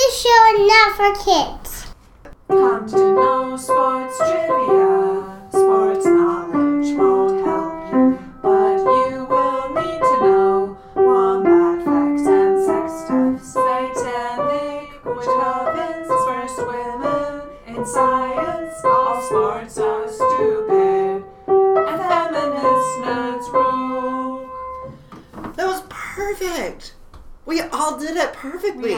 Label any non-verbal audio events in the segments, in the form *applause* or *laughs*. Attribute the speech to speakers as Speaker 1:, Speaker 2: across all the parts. Speaker 1: are not for kids.
Speaker 2: Come to know sports trivia. Sports knowledge won't help you, but you will need to know wombat facts and sex stuff. Satanic witch-ovens, first women in science. All sports are stupid, and feminist nerds rule.
Speaker 3: That was perfect. We all did it perfectly.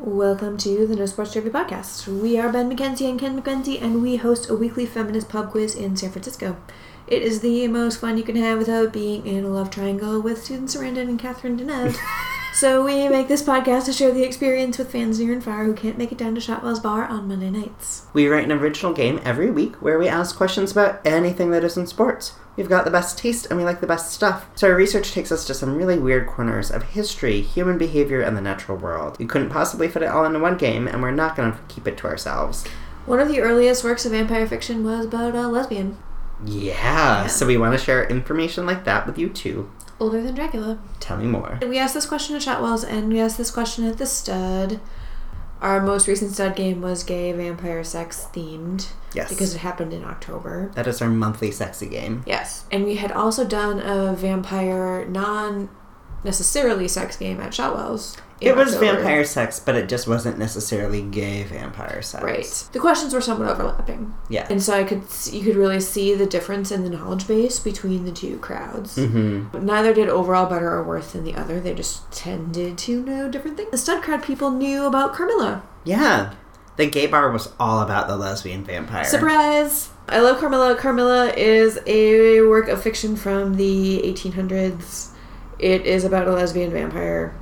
Speaker 4: Welcome to the No Sports Trivia Podcast. We are Ben McKenzie and Ken McKenzie, and we host a weekly feminist pub quiz in San Francisco. It is the most fun you can have without being in a love triangle with Susan Sarandon and Catherine Deneuve. so we make this podcast to share the experience with fans near and far who can't make it down to Shotwell's Bar on Monday nights.
Speaker 3: We write an original game every week where we ask questions about anything that isn't sports. We've got the best taste and we like the best stuff. So our research takes us to some really weird corners of history, human behavior, and the natural world. We couldn't possibly fit it all into one game, and we're not going to keep it to ourselves.
Speaker 4: One of the earliest works of vampire fiction was about a lesbian,
Speaker 3: Yeah, so we want to share information like that with you too.
Speaker 4: older than Dracula.
Speaker 3: Tell me more.
Speaker 4: We asked this question at Shotwell's and we asked this question at the stud. Our most recent stud game was gay vampire sex themed
Speaker 3: Yes.
Speaker 4: because it happened in October.
Speaker 3: that is our monthly sexy game.
Speaker 4: Yes. And we had also done a vampire non necessarily sex game at Shotwell's. in
Speaker 3: It was
Speaker 4: October.
Speaker 3: vampire sex, but it just wasn't necessarily gay vampire sex.
Speaker 4: Right. The questions were somewhat overlapping.
Speaker 3: Yeah.
Speaker 4: And so I could s- you could really see the difference in the knowledge base between the two crowds.
Speaker 3: Mm-hmm.
Speaker 4: But neither did overall better or worse than the other. They just tended to know different things. The stud crowd people knew about Carmilla.
Speaker 3: Yeah. The gay bar was all about the lesbian vampire.
Speaker 4: Surprise! I love Carmilla. Carmilla is a work of fiction from the 1800s. It is about a lesbian vampire,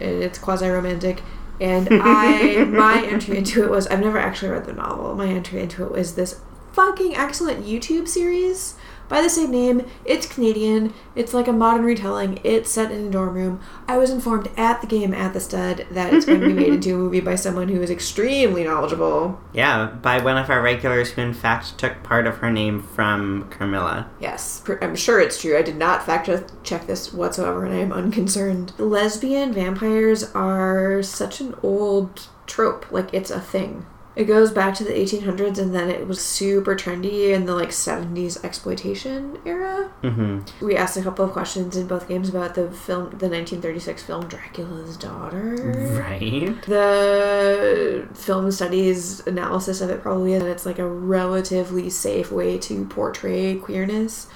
Speaker 4: and it's quasi-romantic. And I, my entry into it was I've never actually read the novel. My entry into it was this fucking excellent YouTube series by the same name. It's Canadian. It's like a modern retelling. It's set in a dorm room. I was informed at the game at the stud that it's going to be made into a movie by someone who is extremely knowledgeable.
Speaker 3: Yeah, by one of our regulars who, in fact, took part of her name from Carmilla.
Speaker 4: Yes, pr- I'm sure it's true. I did not fact check this whatsoever, and I am unconcerned. Lesbian vampires are such an old trope. Like, it's a thing. It goes back to the 1800s, and then it was super trendy in the like 70s exploitation era.
Speaker 3: Mm-hmm.
Speaker 4: We asked a couple of questions in both games about the film, the 1936 film Dracula's Daughter.
Speaker 3: Right?
Speaker 4: The film studies analysis of it probably is that it's like a relatively safe way to portray queerness,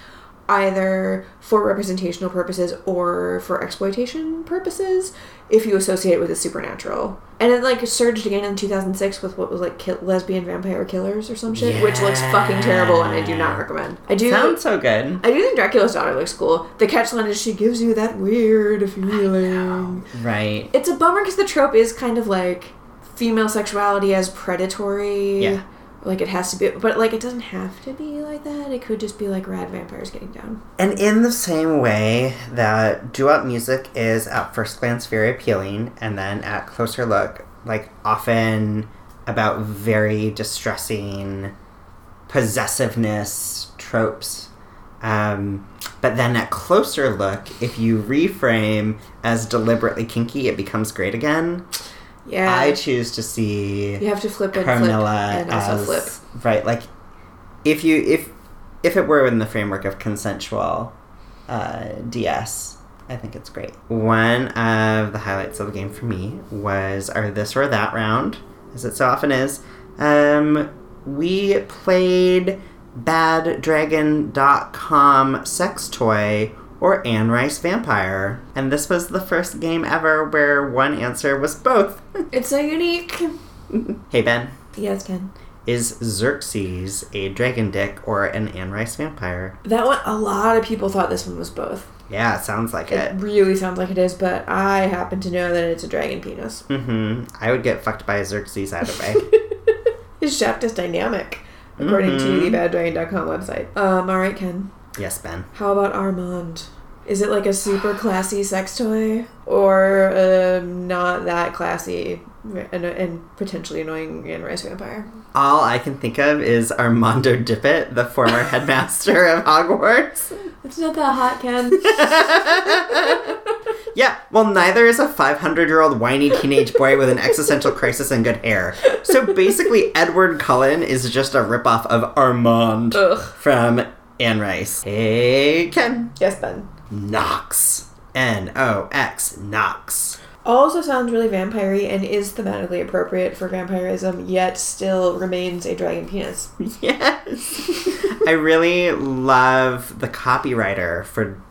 Speaker 4: either for representational purposes or for exploitation purposes, if you associate it with the supernatural. And it like surged again in 2006 with what was like ki- lesbian vampire killers or some shit, which looks fucking terrible and I do not recommend. I do.
Speaker 3: Sounds so good.
Speaker 4: I do think Dracula's daughter looks cool. The catchline is she gives you that weird feeling
Speaker 3: Right.
Speaker 4: it's a bummer because the trope is kind of like female sexuality as predatory.
Speaker 3: Yeah.
Speaker 4: Like it has to be, but like it doesn't have to be like that. It could just be like rad vampires getting down.
Speaker 3: And in the same way that doo-wop music is at first glance very appealing, and then at closer look, like often about very distressing possessiveness tropes. Um, but then at closer look, if you reframe as deliberately kinky, it becomes great again.
Speaker 4: Yeah.
Speaker 3: I choose to see
Speaker 4: you have to flip and
Speaker 3: Carmilla
Speaker 4: flip and
Speaker 3: as
Speaker 4: also flip.
Speaker 3: right. Like if you if if it were in the framework of consensual uh, DS, I think it's great. One of the highlights of the game for me was our this or that round, as it so often is. Um, we played baddragon.com sex toy or Anne Rice Vampire. And this was the first game ever where one answer was both. *laughs*
Speaker 4: It's so unique.
Speaker 3: hey, Ben.
Speaker 4: Yes, Ken.
Speaker 3: Is Xerxes a dragon dick or an Anne Rice vampire?
Speaker 4: That one. A lot of people thought this one was both.
Speaker 3: Yeah, it sounds like
Speaker 4: It
Speaker 3: it.
Speaker 4: really sounds like it is, but I happen to know that it's a dragon penis.
Speaker 3: hmm I would get fucked by a Xerxes either way.
Speaker 4: His shaft is dynamic, *laughs* according
Speaker 3: Mm-hmm.
Speaker 4: to the baddragon.com website. Um. All right, Ken.
Speaker 3: yes, Ben.
Speaker 4: How about Armand? Is it like a super classy sex toy or um, not that classy and, and potentially annoying and rice vampire?
Speaker 3: All I can think of is Armando Dippet,
Speaker 4: *laughs*
Speaker 3: the former headmaster of Hogwarts.
Speaker 4: It's not that hot, Ken.
Speaker 3: *laughs* Yeah, well, neither is a 500 year old whiny teenage boy with an existential crisis and good hair. So basically, Edward Cullen is just a ripoff of Armand
Speaker 4: Ugh.
Speaker 3: from Anne Rice. Hey, Ken.
Speaker 4: Yes, Ben.
Speaker 3: Knox. N O X. Knox.
Speaker 4: Also sounds really vampire and is thematically appropriate for vampirism, yet still remains a dragon penis.
Speaker 3: *laughs* Yes. I really love the copywriter for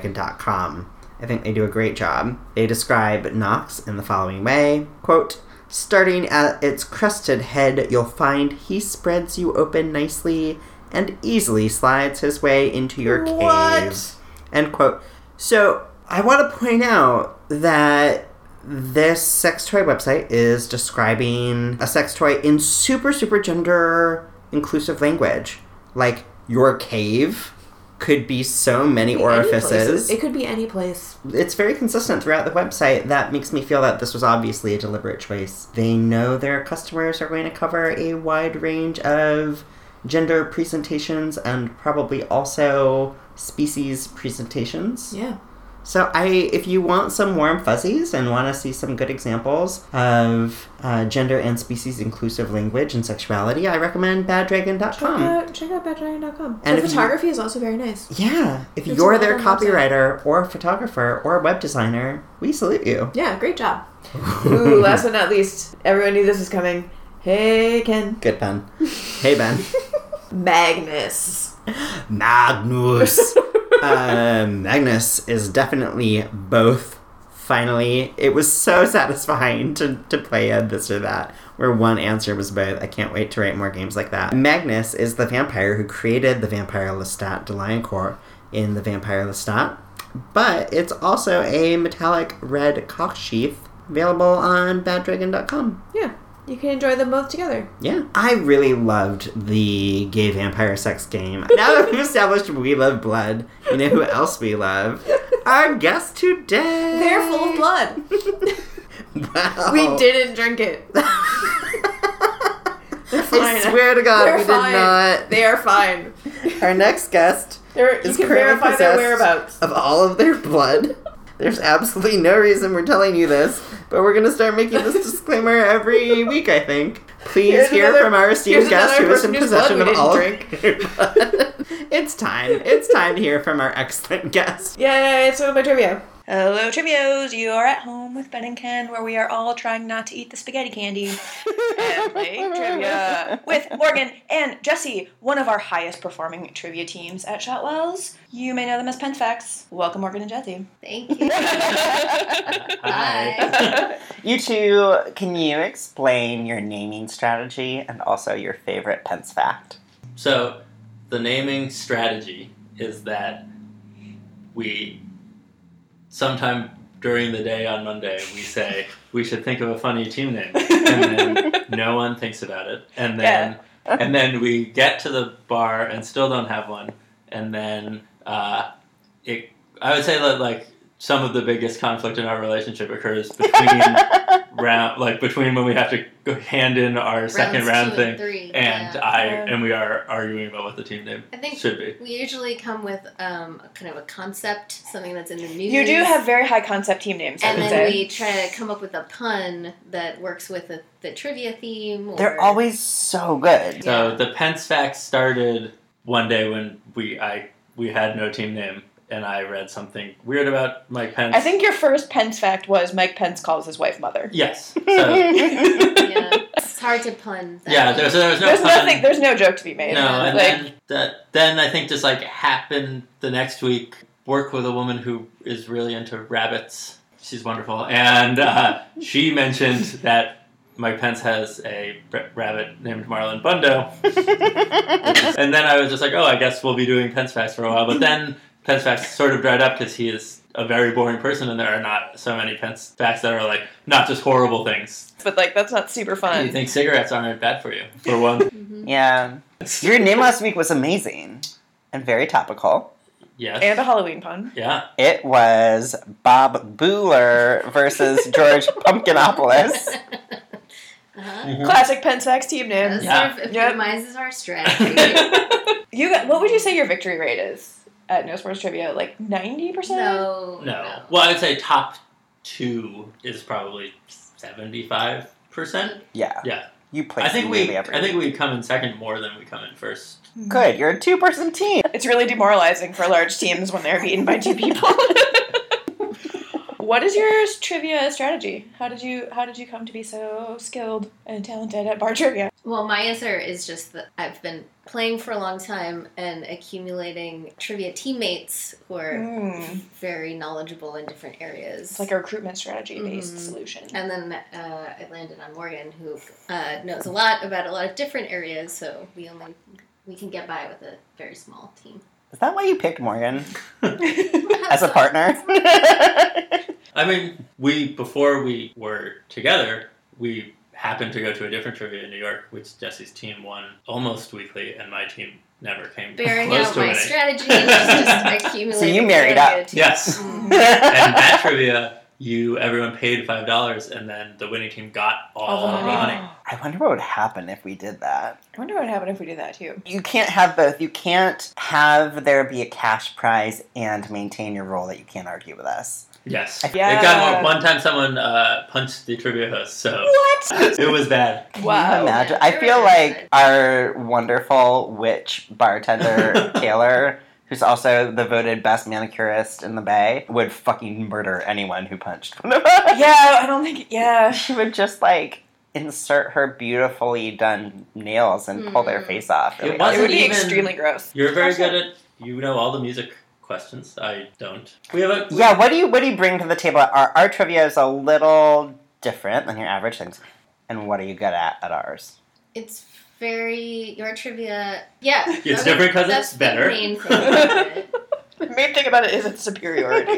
Speaker 3: baddragon.com. I think they do a great job. They describe Nox in the following way quote, Starting at its crested head, you'll find he spreads you open nicely and easily slides his way into your cave.
Speaker 4: What?
Speaker 3: End quote. So I want to point out that this sex toy website is describing a sex toy in super, super gender inclusive language. Like, your cave could be so many orifices.
Speaker 4: It could be any place.
Speaker 3: It's very consistent throughout the website. That makes me feel that this was obviously a deliberate choice. They know their customers are going to cover a wide range of gender presentations and probably also species presentations.
Speaker 4: Yeah.
Speaker 3: So I, if you want some warm fuzzies and want to see some good examples of uh, gender and species inclusive language and sexuality, I recommend
Speaker 4: Check
Speaker 3: baddragon.com.
Speaker 4: out Uh, check out baddragon.com.
Speaker 3: Hmm. And
Speaker 4: And the
Speaker 3: if you-
Speaker 4: photography is also very nice.
Speaker 3: Yeah, if
Speaker 4: It's
Speaker 3: you're
Speaker 4: a
Speaker 3: their
Speaker 4: wonderful
Speaker 3: copywriter or photographer or web designer, we salute you.
Speaker 4: Yeah, great
Speaker 3: *laughs*
Speaker 4: job. Ooh, last but not least, everyone knew this was coming. Hey, Ken. *laughs*
Speaker 3: Good Ben. Hey Ben.
Speaker 4: Magnus.
Speaker 3: Magnus. uh, Magnus is definitely both. Finally, it was so satisfying to, to play a this or that, where one answer was both. I can't wait to write more games like that. Magnus is the vampire who created the vampire Lestat Deliancourt in The Vampire Lestat, but it's also a metallic red cocksheath available on baddragon.com.
Speaker 4: Yeah. You can enjoy them both together.
Speaker 3: Yeah. I really loved the gay vampire sex game. Now that we've established we love blood, you know who else we love? Our guest today.
Speaker 4: They're full of blood.
Speaker 5: *laughs*
Speaker 3: Wow.
Speaker 4: We
Speaker 3: *laughs*
Speaker 4: didn't drink it.
Speaker 3: I
Speaker 4: fine.
Speaker 3: swear to God,
Speaker 4: They're
Speaker 3: we
Speaker 4: fine.
Speaker 3: did
Speaker 4: They are fine.
Speaker 3: not. Our next guest
Speaker 4: They're, you
Speaker 3: is
Speaker 4: can
Speaker 3: currently
Speaker 4: verify their
Speaker 3: possessed
Speaker 4: whereabouts.
Speaker 3: of all of their blood. There's absolutely no reason we're telling you this, but we're gonna start making this disclaimer every week. I think. Please
Speaker 4: Here's
Speaker 3: hear
Speaker 4: another-
Speaker 3: from our esteemed
Speaker 4: here's
Speaker 3: guest
Speaker 4: another
Speaker 3: who is in
Speaker 4: person whose
Speaker 3: possession
Speaker 4: blood
Speaker 3: of
Speaker 4: we
Speaker 3: all.
Speaker 4: didn't
Speaker 3: of their blood. it's time. It's time to hear from our excellent guest.
Speaker 4: Yeah, it's one of my trivia.
Speaker 5: Hello, Trivios! You are at home with Ben and Ken, where we are all trying not to eat the spaghetti
Speaker 6: *laughs*
Speaker 5: candy and playing trivia with Morgan and Jesse, one of our highest performing trivia teams at Shotwell's. You may know them as PenFacts. Welcome, Morgan and Jesse.
Speaker 6: Thank you. Hi.
Speaker 3: you two, can you explain your naming strategy and also your favorite Pence fact?
Speaker 7: So, the naming strategy is that we, sometime during the day on Monday, we say we should think of a funny team name, and then no one thinks about it, and then
Speaker 3: Yeah.
Speaker 7: and then we get to the bar and still don't have one, and then uh, it. I would say that like some of the biggest conflict in our relationship occurs
Speaker 6: *laughs*
Speaker 7: between round, like between when we have to go hand in our second
Speaker 6: Rounds
Speaker 7: round
Speaker 6: two
Speaker 7: thing
Speaker 6: and three.
Speaker 7: and
Speaker 6: yeah.
Speaker 7: I
Speaker 5: Yeah.
Speaker 7: and we are arguing about what the team name
Speaker 6: I think
Speaker 7: should be.
Speaker 6: we usually come with um, kind of a concept, something that's in the
Speaker 5: *laughs*
Speaker 6: news.
Speaker 5: You do have very high concept team names, I
Speaker 6: And
Speaker 5: would
Speaker 6: then
Speaker 5: say.
Speaker 6: we try to come up with a pun that works with the, the trivia theme. Or,
Speaker 8: They're always so good.
Speaker 7: So the Pence fact started one day when we I we had no team name and I read something weird about Mike Pence.
Speaker 5: I think your first Pence fact was Mike Pence calls his wife mother.
Speaker 7: yes.
Speaker 5: *laughs*
Speaker 7: So
Speaker 6: Yeah. It's hard to pun. That
Speaker 7: yeah, there, so there was no
Speaker 5: there's
Speaker 7: pun.
Speaker 5: nothing. There's no joke to be made.
Speaker 7: no, Oh, and
Speaker 5: like
Speaker 7: then that then I think just like happened the next week. Work with a woman who is really into rabbits. She's wonderful, and uh, she mentioned that Mike Pence has a r- rabbit named Marlon Bundo,
Speaker 5: *laughs*
Speaker 7: and then I was just like, oh, I guess we'll be doing Pence Facts for a while. But then Pence Facts sort of dried up because he is a very boring person, and there are not so many Pence Facts that are like not just horrible things.
Speaker 5: but like that's not super fun.
Speaker 7: You think cigarettes aren't bad for you,
Speaker 5: *laughs*
Speaker 7: for one?
Speaker 6: Mhm.
Speaker 8: Yeah. Your name last week was amazing and very topical.
Speaker 7: yes.
Speaker 5: And a Halloween pun. *laughs*
Speaker 7: yeah.
Speaker 8: It was Bob Bueller versus George
Speaker 6: *laughs*
Speaker 8: Pumpkinopoulos.
Speaker 6: Uh-huh.
Speaker 5: Classic Pence facts team name.
Speaker 6: That
Speaker 7: Yeah.
Speaker 6: sort of
Speaker 5: Yep.
Speaker 7: *laughs*
Speaker 6: epitomizes our strategy.
Speaker 5: You, got- what would you say your victory rate is at No Sports Trivia like 90%?
Speaker 6: No.
Speaker 7: No. Well, I'd say top two is probably seventy-five percent.
Speaker 3: Yeah.
Speaker 7: Yeah.
Speaker 3: You play.
Speaker 7: I think we.
Speaker 3: really every
Speaker 7: I think we come in second more than we come in first.
Speaker 3: Good. You're a two-person team.
Speaker 5: It's really demoralizing for large teams when they're beaten by two people. what is your trivia strategy? How did you how did you come to be so skilled and talented at bar trivia?
Speaker 6: Well, my answer is just that I've been playing for a long time and accumulating trivia teammates who are
Speaker 3: Mm-hmm.
Speaker 5: Mm.
Speaker 6: very knowledgeable in different areas.
Speaker 5: It's like a recruitment strategy based
Speaker 6: Mhm.
Speaker 5: solution.
Speaker 6: and then uh, I landed on Morgan, who uh, knows a lot about a lot of different areas. So we only we can get by with a very small team.
Speaker 3: Is that why you picked Morgan *laughs* as a partner? *laughs*
Speaker 7: I mean, we before we were together, we happened to go to a different trivia in New York, which Jesse's team won almost weekly, and my team never came
Speaker 6: Bearing
Speaker 7: close
Speaker 6: out
Speaker 7: to
Speaker 6: my
Speaker 3: *laughs*
Speaker 7: winning.
Speaker 6: strategy, and just accumulating.
Speaker 3: So you married
Speaker 6: trivia
Speaker 3: up.
Speaker 6: teams.
Speaker 7: Yes,
Speaker 6: Mm.
Speaker 7: and that trivia, you everyone paid five dollars, and then the winning team got all
Speaker 5: All the
Speaker 7: of the
Speaker 5: money.
Speaker 7: money.
Speaker 3: I wonder what would happen if we did that.
Speaker 5: I wonder what happened if we did that too.
Speaker 3: You can't have both. You can't have there be a cash prize and maintain your role that you can't argue with us.
Speaker 7: Yes,
Speaker 5: Yeah.
Speaker 7: it got more. One time, someone uh, punched the trivia host, so
Speaker 5: What?
Speaker 7: *laughs* it was bad.
Speaker 3: Can you
Speaker 5: Wow.
Speaker 3: imagine?
Speaker 6: Yeah,
Speaker 3: I feel like
Speaker 6: everybody's
Speaker 3: our wonderful witch bartender Taylor, who's also the voted best manicurist in the Bay, would fucking murder anyone who punched one of us.
Speaker 5: Yeah, I don't think *laughs*
Speaker 3: *laughs*
Speaker 5: yeah.
Speaker 3: She would just like insert her beautifully done nails and pull their
Speaker 6: Mm.
Speaker 3: face off.
Speaker 7: It
Speaker 3: Really
Speaker 5: It
Speaker 7: wasn't
Speaker 5: would be
Speaker 7: even-
Speaker 5: extremely gross.
Speaker 7: You're very
Speaker 5: Awesome.
Speaker 7: good at you know all the music questions. I don't. We have a
Speaker 3: Yeah, what do you what do you bring to the table? Our our trivia is a little different than your average things. And what are you good at at ours?
Speaker 6: It's very your trivia. Yeah,
Speaker 7: It's different 'cause
Speaker 6: that's
Speaker 7: it's
Speaker 6: the
Speaker 7: better.
Speaker 6: main thing about it.
Speaker 5: The main thing about it is its superiority.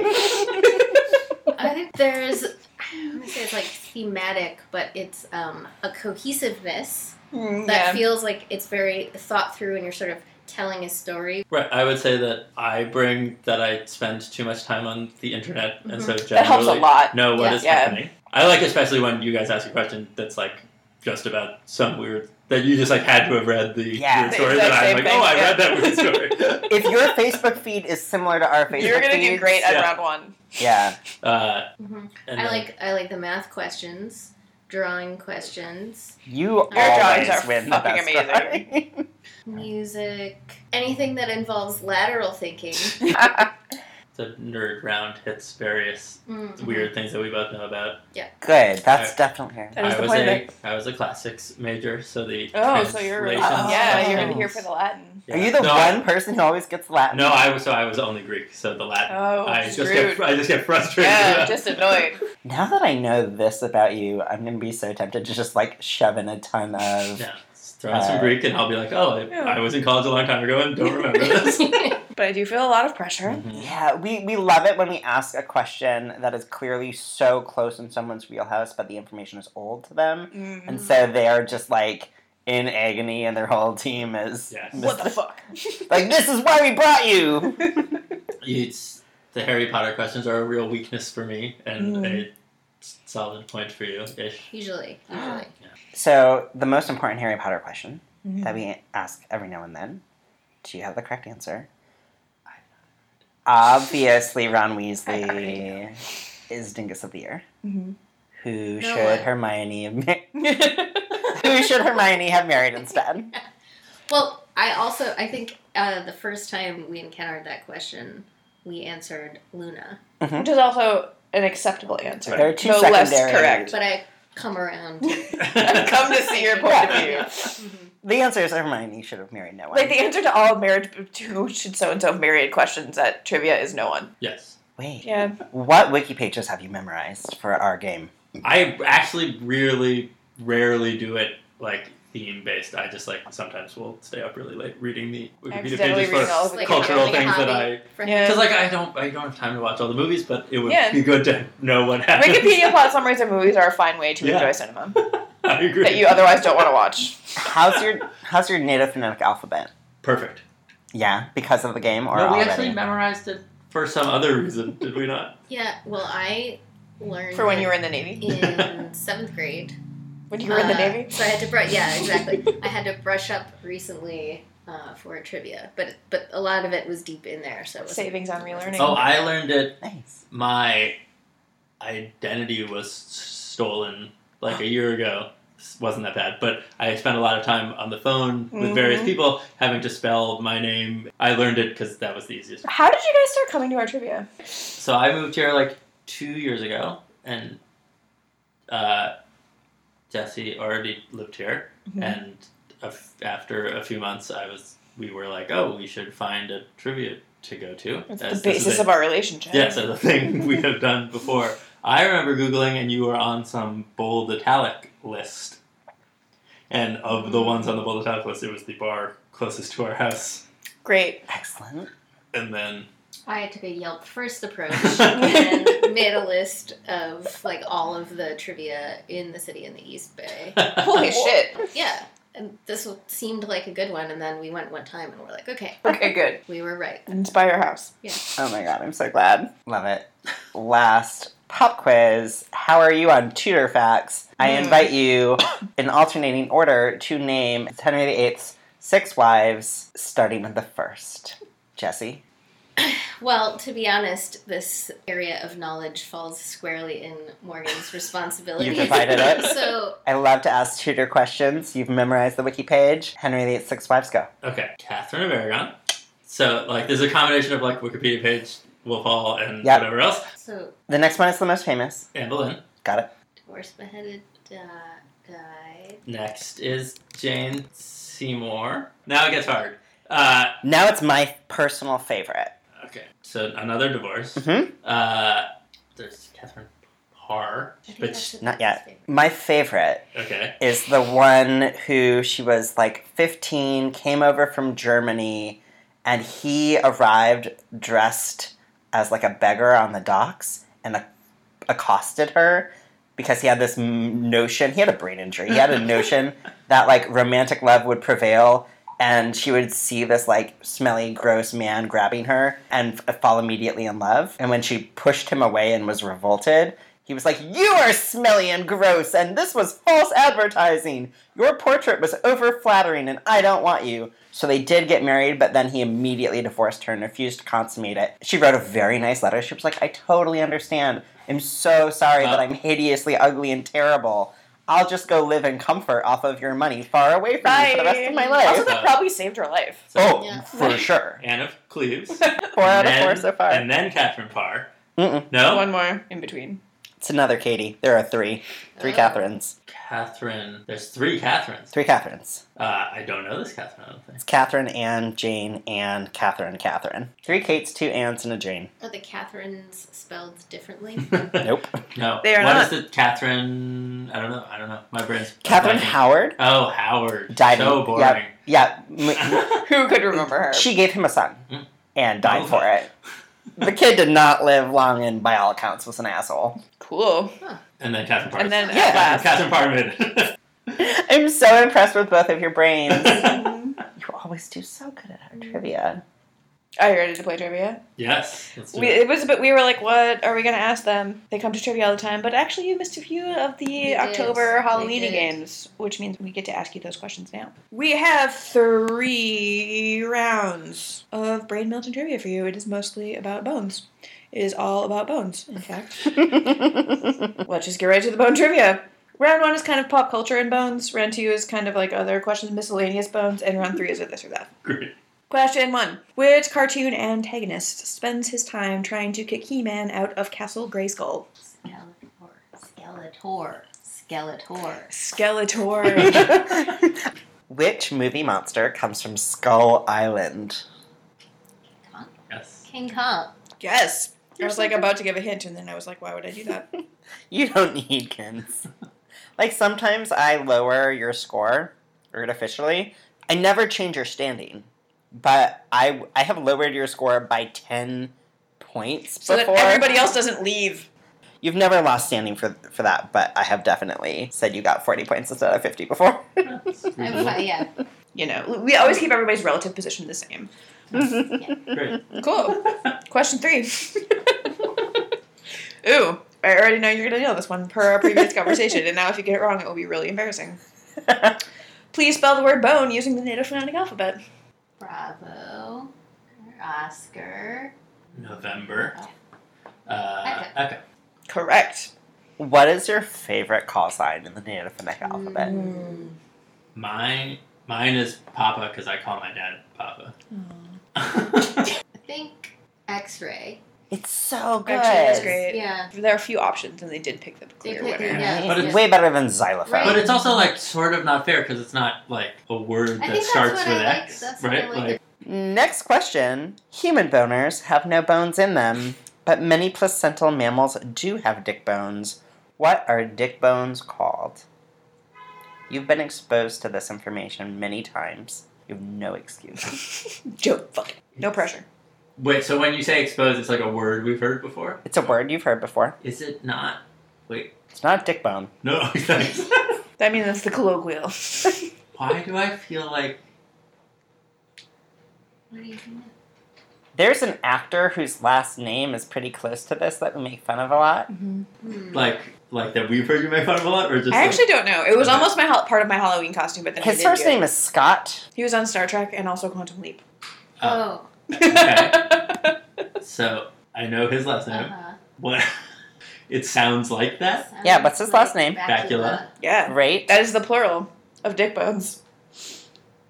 Speaker 6: I think there's. I don't want to say it's like thematic, but it's um, a cohesiveness
Speaker 5: Mm,
Speaker 6: that
Speaker 5: yeah.
Speaker 6: feels like it's very thought through, and you're sort of telling a story.
Speaker 7: Right. I would say that I bring that I spend too much time on the internet, and so generally
Speaker 5: Mm-hmm. That helps a lot.
Speaker 7: know what
Speaker 6: Yeah.
Speaker 7: is
Speaker 5: Yeah.
Speaker 7: happening. I like especially when you guys ask a question that's like just about some weird that you just like had to have read the
Speaker 3: Yeah.
Speaker 7: weird
Speaker 3: The
Speaker 7: story
Speaker 5: exact
Speaker 7: that I'm
Speaker 5: same
Speaker 7: like,
Speaker 5: thing,
Speaker 7: oh, I
Speaker 5: yeah.
Speaker 7: read
Speaker 5: *laughs*
Speaker 7: that weird story. *laughs*
Speaker 3: If your Facebook feed is similar to our Facebook
Speaker 5: You're gonna
Speaker 3: feed,
Speaker 5: do great at
Speaker 7: Yeah.
Speaker 5: round one.
Speaker 3: Yeah.
Speaker 7: uh,
Speaker 6: Mhm.
Speaker 7: and
Speaker 6: I
Speaker 7: then-
Speaker 6: like I like the math questions, drawing questions,
Speaker 3: You
Speaker 6: drawings
Speaker 3: always
Speaker 5: are
Speaker 3: win the
Speaker 5: fucking
Speaker 3: best
Speaker 5: amazing.
Speaker 3: drawing.
Speaker 6: music, anything that involves
Speaker 5: *laughs*
Speaker 6: lateral thinking.
Speaker 7: the nerd round hits various
Speaker 6: Mhm.
Speaker 7: weird things that we both know about.
Speaker 3: *laughs* Good. That's definitely her.
Speaker 5: That is
Speaker 7: I
Speaker 5: the
Speaker 7: was
Speaker 5: point of
Speaker 7: a
Speaker 5: it.
Speaker 7: I was a classics major, so the
Speaker 5: Oh, so you're
Speaker 7: translations-
Speaker 5: yeah, you're
Speaker 3: Oh.
Speaker 5: in here for the Latin.
Speaker 7: Yeah.
Speaker 3: Are you the
Speaker 7: No, I-
Speaker 3: one person who always gets Latin?
Speaker 7: No, I was so I was only Greek, so the Latin.
Speaker 5: Oh,
Speaker 7: I just
Speaker 5: screwed.
Speaker 7: get I just get frustrated.
Speaker 5: yeah, just annoyed.
Speaker 3: Now that I know this about you, I'm gonna be so tempted to just like shove in a ton of.
Speaker 7: Yeah, just throw in some
Speaker 3: Uh,
Speaker 7: Greek, and I'll be like, oh, I,
Speaker 5: Yeah.
Speaker 7: I was in college a long time ago
Speaker 5: *laughs*
Speaker 7: and don't remember this.
Speaker 5: *laughs* But I do feel a lot of pressure.
Speaker 7: Mhm.
Speaker 3: Yeah, we, we love it when we ask a question that is clearly so close in someone's wheelhouse, but the information is old to them.
Speaker 5: Mm.
Speaker 3: And so they are just like in agony, and their whole team is
Speaker 7: Yes.
Speaker 5: What the fuck?
Speaker 3: *laughs* like, "This is why we brought
Speaker 5: *laughs*
Speaker 3: you."
Speaker 7: It's the Harry Potter questions are a real weakness for me, and
Speaker 5: Mm.
Speaker 7: a s- solid point for you
Speaker 5: *laughs*
Speaker 7: ish.
Speaker 5: *gasps*
Speaker 6: usually, usually.
Speaker 3: So the most important Harry Potter question that
Speaker 5: Mm.
Speaker 3: we ask every now and then: Do you have the correct answer? Obviously,
Speaker 5: *laughs*
Speaker 3: Ron Weasley is Dingus of the Year.
Speaker 5: Mhm.
Speaker 3: Who
Speaker 6: No
Speaker 3: should
Speaker 5: *laughs*
Speaker 6: one.
Speaker 3: Hermione? ma- who should Hermione have married
Speaker 5: *laughs*
Speaker 3: instead?
Speaker 6: Well, I also I think uh, the first time we encountered that question, we answered Luna,
Speaker 5: Which is also an acceptable answer.
Speaker 7: Right.
Speaker 3: There are two
Speaker 5: No less
Speaker 3: secondary.
Speaker 5: correct.
Speaker 6: but I come
Speaker 5: *laughs*
Speaker 6: around. to-
Speaker 5: I've
Speaker 7: Yeah.
Speaker 5: come to see your point of view.
Speaker 6: Mhm.
Speaker 3: The answer is Hermione should have married no one.
Speaker 5: *laughs* Like the answer to all marriage to who should so and so have married questions at trivia is no one.
Speaker 7: yes.
Speaker 3: Wait,
Speaker 5: Yeah.
Speaker 3: what wiki pages have you memorized for our game?
Speaker 7: I actually really rarely do it like theme based. I just like sometimes will stay up really late reading the Wikipedia
Speaker 5: Accidentally
Speaker 7: pages
Speaker 5: reading all
Speaker 7: for
Speaker 5: of
Speaker 6: Like,
Speaker 7: cultural
Speaker 6: like a
Speaker 7: things that
Speaker 6: hobby
Speaker 7: I
Speaker 6: for
Speaker 5: Yeah.
Speaker 7: because *laughs* like I don't I don't have time to watch all the movies, but it would
Speaker 5: Yeah.
Speaker 7: be good to know what happened.
Speaker 5: *laughs* Wikipedia plot summaries of movies are a fine way to
Speaker 7: Yeah.
Speaker 5: enjoy cinema
Speaker 7: *laughs* I agree.
Speaker 5: that you otherwise don't want to watch.
Speaker 3: How's your How's your native phonetic alphabet?
Speaker 7: Perfect.
Speaker 3: Yeah, because of the game or
Speaker 7: no, we
Speaker 3: already?
Speaker 7: actually memorized it for some other reason, did we not?
Speaker 6: Yeah, well, I learned
Speaker 5: For when you were in the Navy.
Speaker 6: in seventh grade.
Speaker 5: When you were in the
Speaker 6: Uh,
Speaker 5: Navy.
Speaker 6: So I had to brush. Yeah, exactly. I had to brush up recently uh, for trivia, but but a lot of it was deep in there. So it was
Speaker 5: Savings on relearning.
Speaker 7: Oh, I learned it.
Speaker 3: Nice.
Speaker 7: My identity was stolen like a year ago. This wasn't that bad, but I spent a lot of time on the phone with various
Speaker 5: Mhm.
Speaker 7: people having to spell my name. I learned it because that was the easiest.
Speaker 5: How did you guys start coming to our trivia?
Speaker 7: So I moved here like two years ago, and uh, Jesse already lived here.
Speaker 5: Mhm.
Speaker 7: And a f- after a few months, I was we were like, oh, we should find a trivia to go to.
Speaker 5: It's
Speaker 7: as
Speaker 5: the
Speaker 7: this is
Speaker 5: basis
Speaker 7: a-
Speaker 5: of our relationship.
Speaker 7: Yes, as a thing *laughs* we have done before. I remember Googling and you were on some bold italic list. And of the ones on the bold italic list, it was the bar closest to our house.
Speaker 5: Great.
Speaker 3: Excellent.
Speaker 7: And then *laughs*
Speaker 6: I took a Yelp
Speaker 5: *laughs*
Speaker 6: first approach and made a list of like all of the trivia in the city in the East Bay.
Speaker 7: Oh.
Speaker 5: Holy shit.
Speaker 6: Yeah, and this w- seemed like a good one, and then we went one time and we're like, okay,
Speaker 5: Okay, good.
Speaker 7: *laughs*
Speaker 6: we were right.
Speaker 5: Inspire House.
Speaker 3: Oh my god, I'm so glad. Love it. Last pop quiz. How are you on Tudor facts? I
Speaker 5: Mm.
Speaker 3: invite you, in alternating order, to name Henry VIII's six wives, starting with the first. Jesse.
Speaker 6: Well, to be honest, this area of knowledge falls squarely in
Speaker 5: *laughs*
Speaker 6: Morgan's responsibilities.
Speaker 3: You provided it.
Speaker 6: *laughs* So
Speaker 3: I love to ask Tudor questions. You've memorized the wiki page. Henry VIII's six wives go.
Speaker 7: okay, Catherine of Aragon. So like there's a combination of like Wikipedia page, Wolf Hall, and
Speaker 3: Yep.
Speaker 7: whatever else.
Speaker 6: so
Speaker 3: The next one is the most famous.
Speaker 7: Anne Boleyn.
Speaker 3: Got it.
Speaker 6: divorced, beheaded, uh, died.
Speaker 7: Next is Jane Seymour. Now it gets hard. Uh,
Speaker 3: Now it's my personal favorite.
Speaker 7: okay, so another divorce.
Speaker 3: Mhm.
Speaker 7: Uh, there's Catherine Parr,
Speaker 6: I think
Speaker 7: but
Speaker 6: that's
Speaker 7: sh-
Speaker 6: the
Speaker 3: Not yet.
Speaker 6: biggest
Speaker 3: My favorite
Speaker 7: okay.
Speaker 3: is the one who she was like 15, came over from Germany, and he arrived dressed as like a beggar on the docks and ac- accosted her because he had this m- notion. He had a brain injury. He had a notion that like romantic love would prevail. And she would see this like smelly, gross man grabbing her and f- fall immediately in love. And when she pushed him away and was revolted, he was like, You are smelly and gross, and this was false advertising. Your portrait was over flattering, and I don't want you. So they did get married, but then he immediately divorced her and refused to consummate it. She wrote a very nice letter. She was like, I totally understand. I'm so sorry that
Speaker 7: Wow.
Speaker 3: I'm hideously ugly and terrible. I'll just go live in comfort off of your money far away from you for the rest of my
Speaker 5: Bye.
Speaker 3: life.
Speaker 7: Uh,
Speaker 5: Also, that probably saved her life.
Speaker 7: So
Speaker 3: oh,
Speaker 6: Yeah.
Speaker 3: for sure.
Speaker 7: Anne of Cleves.
Speaker 3: *laughs* Four out of
Speaker 7: then-
Speaker 3: four so far.
Speaker 7: And then Catherine Parr.
Speaker 3: Mm-mm.
Speaker 7: No?
Speaker 5: One more in between.
Speaker 3: It's another Katie. There are three. Three
Speaker 6: Oh.
Speaker 3: Catherines.
Speaker 7: Catherine. There's three Catherines.
Speaker 3: Three Catherines.
Speaker 7: Uh, I don't know this Catherine, I don't think.
Speaker 3: It's Catherine, Anne, Jane, Anne, Catherine, Catherine. Three Kates, two Annes, and a Jane.
Speaker 6: Are Oh, the Catherines
Speaker 3: *laughs*
Speaker 6: spelled differently?
Speaker 7: *laughs*
Speaker 3: Nope.
Speaker 7: no.
Speaker 5: They are
Speaker 7: What
Speaker 5: not.
Speaker 7: is it? Catherine. I don't know. I don't know. My brain's.
Speaker 3: Catherine
Speaker 7: *laughs* blanking.
Speaker 3: Howard.
Speaker 7: Oh, Howard.
Speaker 3: Died
Speaker 7: So
Speaker 3: in-
Speaker 7: boring.
Speaker 3: yeah. *laughs* Yeah, *laughs* m-
Speaker 5: Who could remember her?
Speaker 3: she gave him a son
Speaker 7: Mm.
Speaker 3: and died
Speaker 7: Oh.
Speaker 3: for it. The kid did not live long and, by all accounts, was an asshole.
Speaker 5: Cool.
Speaker 7: And then Catherine Parr.
Speaker 5: And then
Speaker 3: Yeah.
Speaker 5: at last.
Speaker 7: Catherine Parman.
Speaker 3: I'm so impressed with both of your brains. *laughs* Hmm.
Speaker 6: Mm-hmm.
Speaker 3: you always do so good at our trivia.
Speaker 5: Are you ready to play trivia?
Speaker 7: *laughs* yes. Let's do
Speaker 5: We,
Speaker 7: it.
Speaker 5: it was a bit. We were like, "What are we going to ask them?" They come to trivia all the time, but actually, you missed a few of the
Speaker 6: did.
Speaker 5: October
Speaker 6: We
Speaker 5: Halloween
Speaker 6: did.
Speaker 5: games, which means we get to ask you those questions now. We have three rounds of brain melting trivia for you. It is mostly about bones. It is all about bones, in fact. *laughs* Let's just get right to the bone trivia. Round one is kind of pop culture and bones. Round two is kind of like other questions, miscellaneous bones, and round three is a this or that.
Speaker 7: Great.
Speaker 5: Question one. Which cartoon antagonist spends his time trying to kick He Man out of Castle Grayskull?
Speaker 6: Skeletor. Skeletor.
Speaker 5: *laughs*
Speaker 6: Skeletor.
Speaker 5: Skeletor.
Speaker 3: Which movie monster comes from Skull Island?
Speaker 6: Come on. *laughs*
Speaker 7: Yes.
Speaker 6: King Kong.
Speaker 3: *laughs*
Speaker 5: yes. I was like about to give a hint, and then I was like, why would I do that?
Speaker 3: You don't need kins. like sometimes I lower your score artificially. I never change your standing, but I I have lowered your score by ten points
Speaker 5: *laughs* So
Speaker 3: before.
Speaker 5: that everybody else doesn't leave.
Speaker 3: You've never lost standing for for that, but I have definitely said you got forty points instead of fifty
Speaker 5: *laughs*
Speaker 3: before.
Speaker 6: I'm fine, yeah.
Speaker 5: You know, we always keep everybody's relative position the same.
Speaker 7: Great.
Speaker 5: *laughs* Cool. Question three. *laughs* Ooh, I already know you're going to nail this one per our *laughs* previous conversation, and now if you get it wrong, it will be really embarrassing. Please spell the word bone using the native phonetic alphabet.
Speaker 6: Bravo. Oscar.
Speaker 7: November. Uh,
Speaker 6: Oh. Echo.
Speaker 7: Echo.
Speaker 5: Correct.
Speaker 3: What is your favorite call sign in the Native Phonetic alphabet?
Speaker 5: Mm.
Speaker 7: Mine, mine is Papa because I call my dad Papa.
Speaker 6: I think X Ray.
Speaker 3: It's so good.
Speaker 5: Actually, that's great.
Speaker 6: Yeah.
Speaker 5: There are a few options, and they did pick the
Speaker 6: They
Speaker 5: clear
Speaker 6: picked
Speaker 5: winner.
Speaker 6: it, yeah.
Speaker 3: But it's
Speaker 6: yeah.
Speaker 3: way better than xylophone.
Speaker 7: *laughs*
Speaker 6: Right.
Speaker 7: but it's also like sort of not fair because it's not like a word
Speaker 6: I
Speaker 7: that
Speaker 6: think that's
Speaker 7: starts
Speaker 6: what
Speaker 7: with
Speaker 6: I like-
Speaker 7: X,
Speaker 6: that's what I
Speaker 7: right?
Speaker 6: like.
Speaker 7: Like
Speaker 3: Next question. Human boners have no bones in them, but many placental mammals do have dick bones. What are dick bones called? You've been exposed to this information many times. You have no excuse.
Speaker 5: *laughs* Joke. Fuck it. No pressure.
Speaker 7: wait, so when you say exposed, it's like a word we've heard before.
Speaker 3: it's a word you've heard before.
Speaker 7: Is it not? Wait,
Speaker 3: It's not a dick bone.
Speaker 7: no. *laughs* thanks.
Speaker 5: I mean, that's the colloquial.
Speaker 7: Why do I feel like
Speaker 6: What do you think?
Speaker 3: There's an actor whose last name is pretty close to this that we make fun of a lot.
Speaker 6: Hmm.
Speaker 7: like like that we've heard you make fun of a lot, or just
Speaker 5: *laughs* I
Speaker 7: like,
Speaker 5: actually don't know. It was
Speaker 7: Okay.
Speaker 5: almost my hol- part of my Halloween costume, but then I
Speaker 3: His
Speaker 5: didn't
Speaker 3: first
Speaker 5: do it.
Speaker 3: name is Scott.
Speaker 5: He was on Star Trek and also Quantum Leap.
Speaker 3: uh,
Speaker 6: Oh.
Speaker 7: Okay. so I know his last name.
Speaker 6: Uh-huh.
Speaker 7: What? *laughs* It sounds like that.
Speaker 3: Yeah, what's his last name?
Speaker 7: Bacula.
Speaker 5: *laughs* yeah,
Speaker 3: Right?
Speaker 5: that is the plural of dick bones.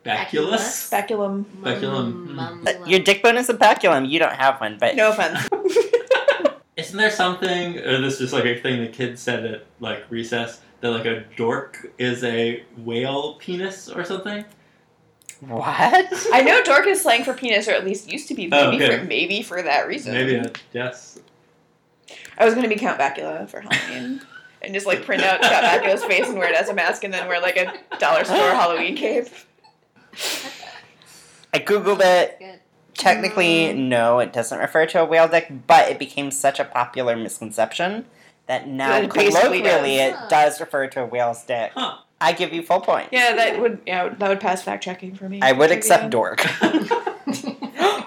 Speaker 7: Baculus.
Speaker 5: Speculum.
Speaker 7: Baculum. Hmm.
Speaker 6: Mumula.
Speaker 3: Your dick bone is a baculum. You don't have one, but
Speaker 5: No offense.
Speaker 7: Isn't there something, or this is like a thing the kids said at like recess, that like a dork is a whale penis or something?
Speaker 3: what?
Speaker 5: *laughs* I know dork is slang for penis, or at least used to be.
Speaker 7: Oh,
Speaker 5: Maybe,
Speaker 7: okay.
Speaker 5: for, maybe for that reason.
Speaker 7: Maybe a, yes.
Speaker 5: I was gonna be Count Bacula for Halloween. And just like print out Count Bacula's face and wear it as a mask, and then wear like a dollar store Halloween cape.
Speaker 3: I googled it.
Speaker 6: Good.
Speaker 3: Technically, no, it doesn't refer to a whale dick, but it became such a popular misconception that now
Speaker 5: It basically
Speaker 3: colloquially
Speaker 6: does.
Speaker 3: it does refer to a whale's dick.
Speaker 7: Huh.
Speaker 3: I give you full points.
Speaker 5: Yeah, that would yeah that would pass fact checking for me.
Speaker 3: I would
Speaker 5: Trivia.
Speaker 3: accept
Speaker 5: *laughs*
Speaker 3: dork. *laughs*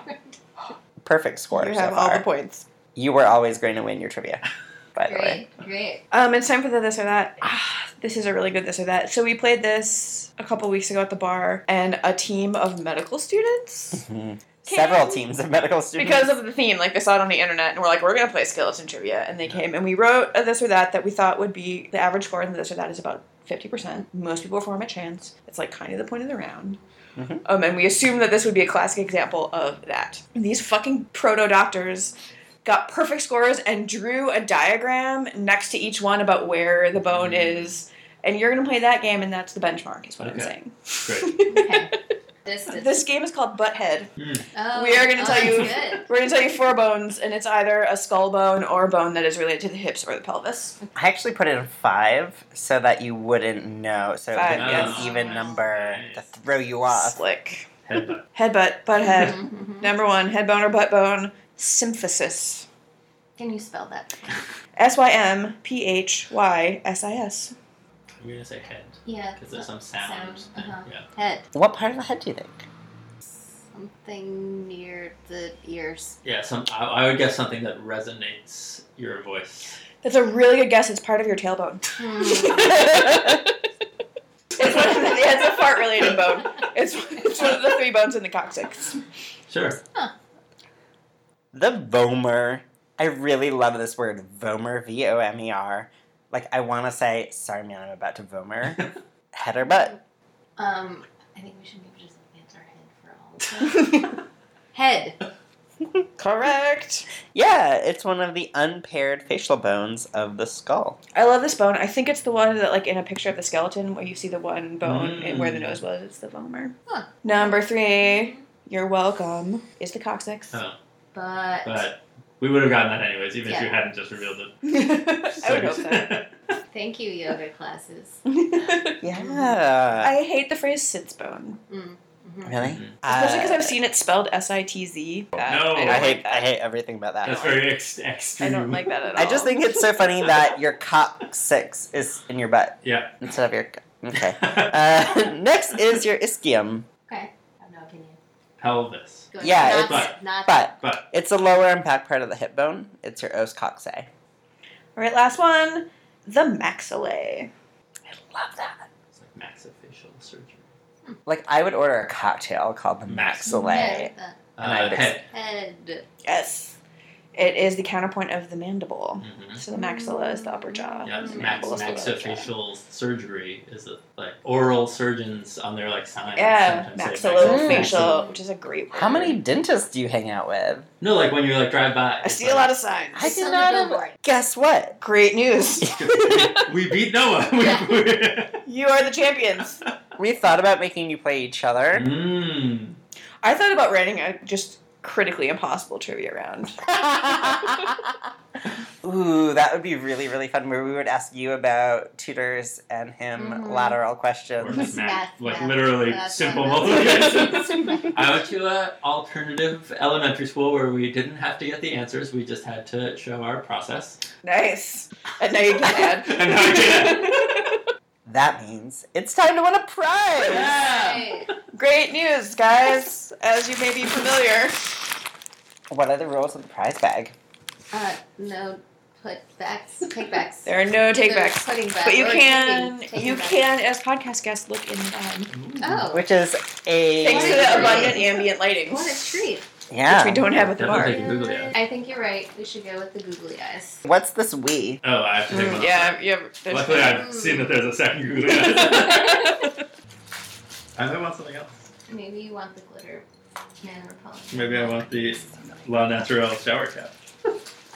Speaker 3: Perfect score
Speaker 5: You
Speaker 3: so
Speaker 5: have all
Speaker 3: far.
Speaker 5: the points.
Speaker 3: you were always going to win your trivia, *laughs* by the way.
Speaker 6: Great. Great.
Speaker 5: Um, it's time for the this or that. Ah, this is a really good this or that. So we played this a couple weeks ago at the bar, and a team of medical students
Speaker 3: Mhm.
Speaker 5: Can-
Speaker 3: Several teams of medical students.
Speaker 7: Mhm.
Speaker 5: because of the theme, like they saw it on the internet, and we're like, we're gonna play skeleton trivia, and they came and we wrote a this or that that we thought would be the average score in the this or that is about. 50%. Most people form a chance. It's like kind of the point of the round.
Speaker 7: Mm-hmm.
Speaker 3: Mhm.
Speaker 5: Um, and we assume that this would be a classic example of that. These fucking proto doctors got perfect scores and drew a diagram next to each one about where the bone
Speaker 7: Mm-hmm.
Speaker 5: is. And you're gonna play that game, and that's the benchmark, is what I'm
Speaker 7: Okay.
Speaker 5: saying.
Speaker 7: Great.
Speaker 6: Okay.
Speaker 3: *laughs*
Speaker 6: This
Speaker 5: *laughs*
Speaker 6: is.
Speaker 5: This game is called Butthead.
Speaker 6: oh,
Speaker 5: we are gonna
Speaker 6: oh,
Speaker 5: tell you-
Speaker 6: that's
Speaker 5: *laughs*
Speaker 6: Good.
Speaker 5: We're gonna tell you four bones, and it's either a skull bone or a bone that is related to the hips or the pelvis.
Speaker 3: I actually put it in five so that you wouldn't know, so it
Speaker 5: Five, Oh.
Speaker 3: would be
Speaker 7: yes.
Speaker 3: an even number to
Speaker 7: Nice.
Speaker 3: throw you off.
Speaker 5: Slick.
Speaker 7: *laughs* Headbutt.
Speaker 5: Headbutt, butthead.
Speaker 6: Mhm, mhm.
Speaker 5: Number one, head bone or butt *laughs* bone, symphysis.
Speaker 6: Can you spell that?
Speaker 5: S Y M P H Y S I S.
Speaker 7: I'm gonna say head
Speaker 6: Yeah.
Speaker 7: because there's some sound.
Speaker 6: Sound, uh-huh.
Speaker 7: thing, Yeah.
Speaker 6: Head.
Speaker 3: What part of the head do you think?
Speaker 6: Something near the
Speaker 7: *laughs*
Speaker 6: ears.
Speaker 7: Yeah. Some. I, I would guess something that resonates your voice.
Speaker 5: That's a really good guess. It's part of your tailbone. *laughs*
Speaker 4: *laughs*
Speaker 6: Hmm.
Speaker 5: it's, one of the, yeah, it's a fart related bone. It's, it's one of the three bones in the coccyx.
Speaker 7: Sure.
Speaker 3: The vomer. I really love this word, vomer, V O M E R. Like, I want to say, sorry, man, I'm about to vomer.
Speaker 5: *laughs*
Speaker 3: Head or butt.
Speaker 6: Um, I think we should maybe just answer head for all. of them. head.
Speaker 5: Correct.
Speaker 3: Yeah, it's one of the unpaired facial bones of the
Speaker 5: *laughs*
Speaker 3: skull.
Speaker 5: I love this bone. I think it's the one that, like, in a picture of the skeleton where you see the one bone and where the
Speaker 7: Mm.
Speaker 5: nose was. It's the vomer.
Speaker 6: Huh.
Speaker 5: Number three, you're welcome, is the coccyx.
Speaker 7: Huh.
Speaker 6: But.
Speaker 7: But we would have gotten that anyways, even if you
Speaker 6: Yeah.
Speaker 7: hadn't just revealed it.
Speaker 5: *laughs* I would
Speaker 7: *laughs*
Speaker 5: hope so.
Speaker 6: Thank you, yoga classes. Mm,
Speaker 3: Yeah.
Speaker 5: I hate the phrase sits bone,
Speaker 6: Mm. mhm.
Speaker 3: really?
Speaker 5: especially because
Speaker 3: Uh,
Speaker 5: I've seen it spelled S I T Z. No,
Speaker 7: No.
Speaker 5: I,
Speaker 3: I
Speaker 5: don't
Speaker 3: hate,
Speaker 5: like
Speaker 3: I
Speaker 5: that.
Speaker 3: hate everything about that.
Speaker 7: That's very ex- extreme.
Speaker 5: I don't
Speaker 7: *laughs*
Speaker 5: like that at all.
Speaker 3: I just think it's so funny that your coccyx is in your butt
Speaker 7: Yeah.
Speaker 3: instead of your. Okay. Uh, *laughs* next is your ischium.
Speaker 6: Okay. I have no opinion.
Speaker 7: Pelvis.
Speaker 6: Go
Speaker 3: Yeah,
Speaker 6: ahead.
Speaker 3: it's-
Speaker 6: Not- Not.
Speaker 3: But
Speaker 7: But
Speaker 3: it's the lower and back part of the hip bone. It's your os coxae.
Speaker 5: All right, last one, the maxillae.
Speaker 3: I love that.
Speaker 7: it's like maxillofacial surgery.
Speaker 3: Like I would order a cocktail called the Maxillay.
Speaker 6: Head, uh,
Speaker 3: And I
Speaker 7: Uh,
Speaker 3: just-
Speaker 7: head.
Speaker 6: head.
Speaker 5: Yes. It is the counterpoint of the mandible.
Speaker 7: Mhm.
Speaker 5: So the maxilla is the upper jaw.
Speaker 7: Yeah,
Speaker 5: and the
Speaker 7: max,
Speaker 5: mandible is the lower jaw.
Speaker 7: maxofacial surgery is a, like oral surgeons on their like signs.
Speaker 5: Yeah,
Speaker 7: sometimes say
Speaker 5: maxillofacial, which is a great word.
Speaker 3: How many dentists do you hang out with?
Speaker 7: No, like when you like drive by.
Speaker 5: I see a lot of signs.
Speaker 3: I
Speaker 6: It's
Speaker 3: did
Speaker 6: on
Speaker 3: not
Speaker 6: the
Speaker 3: have-
Speaker 6: billboard.
Speaker 3: Guess
Speaker 5: *laughs*
Speaker 3: what? *laughs*
Speaker 5: Great news.
Speaker 7: *laughs* we
Speaker 5: *laughs*
Speaker 7: beat Noah. *laughs* We,
Speaker 6: Yeah.
Speaker 5: you are the champions.
Speaker 3: We thought about making you play each other.
Speaker 7: mm.
Speaker 5: I thought about writing a just critically impossible trivia round.
Speaker 7: *laughs*
Speaker 3: Ooh, that would be really, really fun. Where we would ask you about tutors and him
Speaker 5: Mhm.
Speaker 3: lateral
Speaker 7: Or
Speaker 3: questions.
Speaker 7: just math,
Speaker 6: Math,
Speaker 7: like
Speaker 6: math,
Speaker 7: literally
Speaker 6: math,
Speaker 7: simple
Speaker 6: math.
Speaker 7: multiplication. I went to an alternative elementary school where we didn't have to get the answers; we just had to show our process. *laughs*
Speaker 5: Nice. And now you can add.
Speaker 7: And now
Speaker 5: *laughs*
Speaker 7: you *laughs* can
Speaker 3: That means it's time to win a prize.
Speaker 6: Right.
Speaker 5: Great news, guys. As you may be familiar.
Speaker 3: What are the rules of the prize bag?
Speaker 6: Uh, no putbacks, takebacks.
Speaker 5: There are no takebacks.
Speaker 6: Putting back.
Speaker 5: But you
Speaker 6: or
Speaker 5: can,
Speaker 6: taking- taking
Speaker 5: you
Speaker 6: back.
Speaker 5: can, as podcast guests, look um, inside.
Speaker 6: Oh,
Speaker 3: Which is a
Speaker 5: Thanks to
Speaker 6: What
Speaker 5: the
Speaker 6: a
Speaker 5: abundant
Speaker 6: treat.
Speaker 5: ambient lighting,
Speaker 6: what a treat!
Speaker 3: yeah.
Speaker 5: which we don't have at the bar.
Speaker 7: Definitely. Taking googly eyes.
Speaker 6: I think you're right. We should go with the googly eyes.
Speaker 3: What's this we?
Speaker 7: Oh, I have to take
Speaker 5: Mm,
Speaker 7: one.
Speaker 5: yeah, yeah. there's- *laughs*
Speaker 7: Luckily, I've seen that there's a second Google. *laughs* I might want something else.
Speaker 6: Maybe you want the glitter man repellent.
Speaker 7: Maybe I want the La Naturelle shower cap.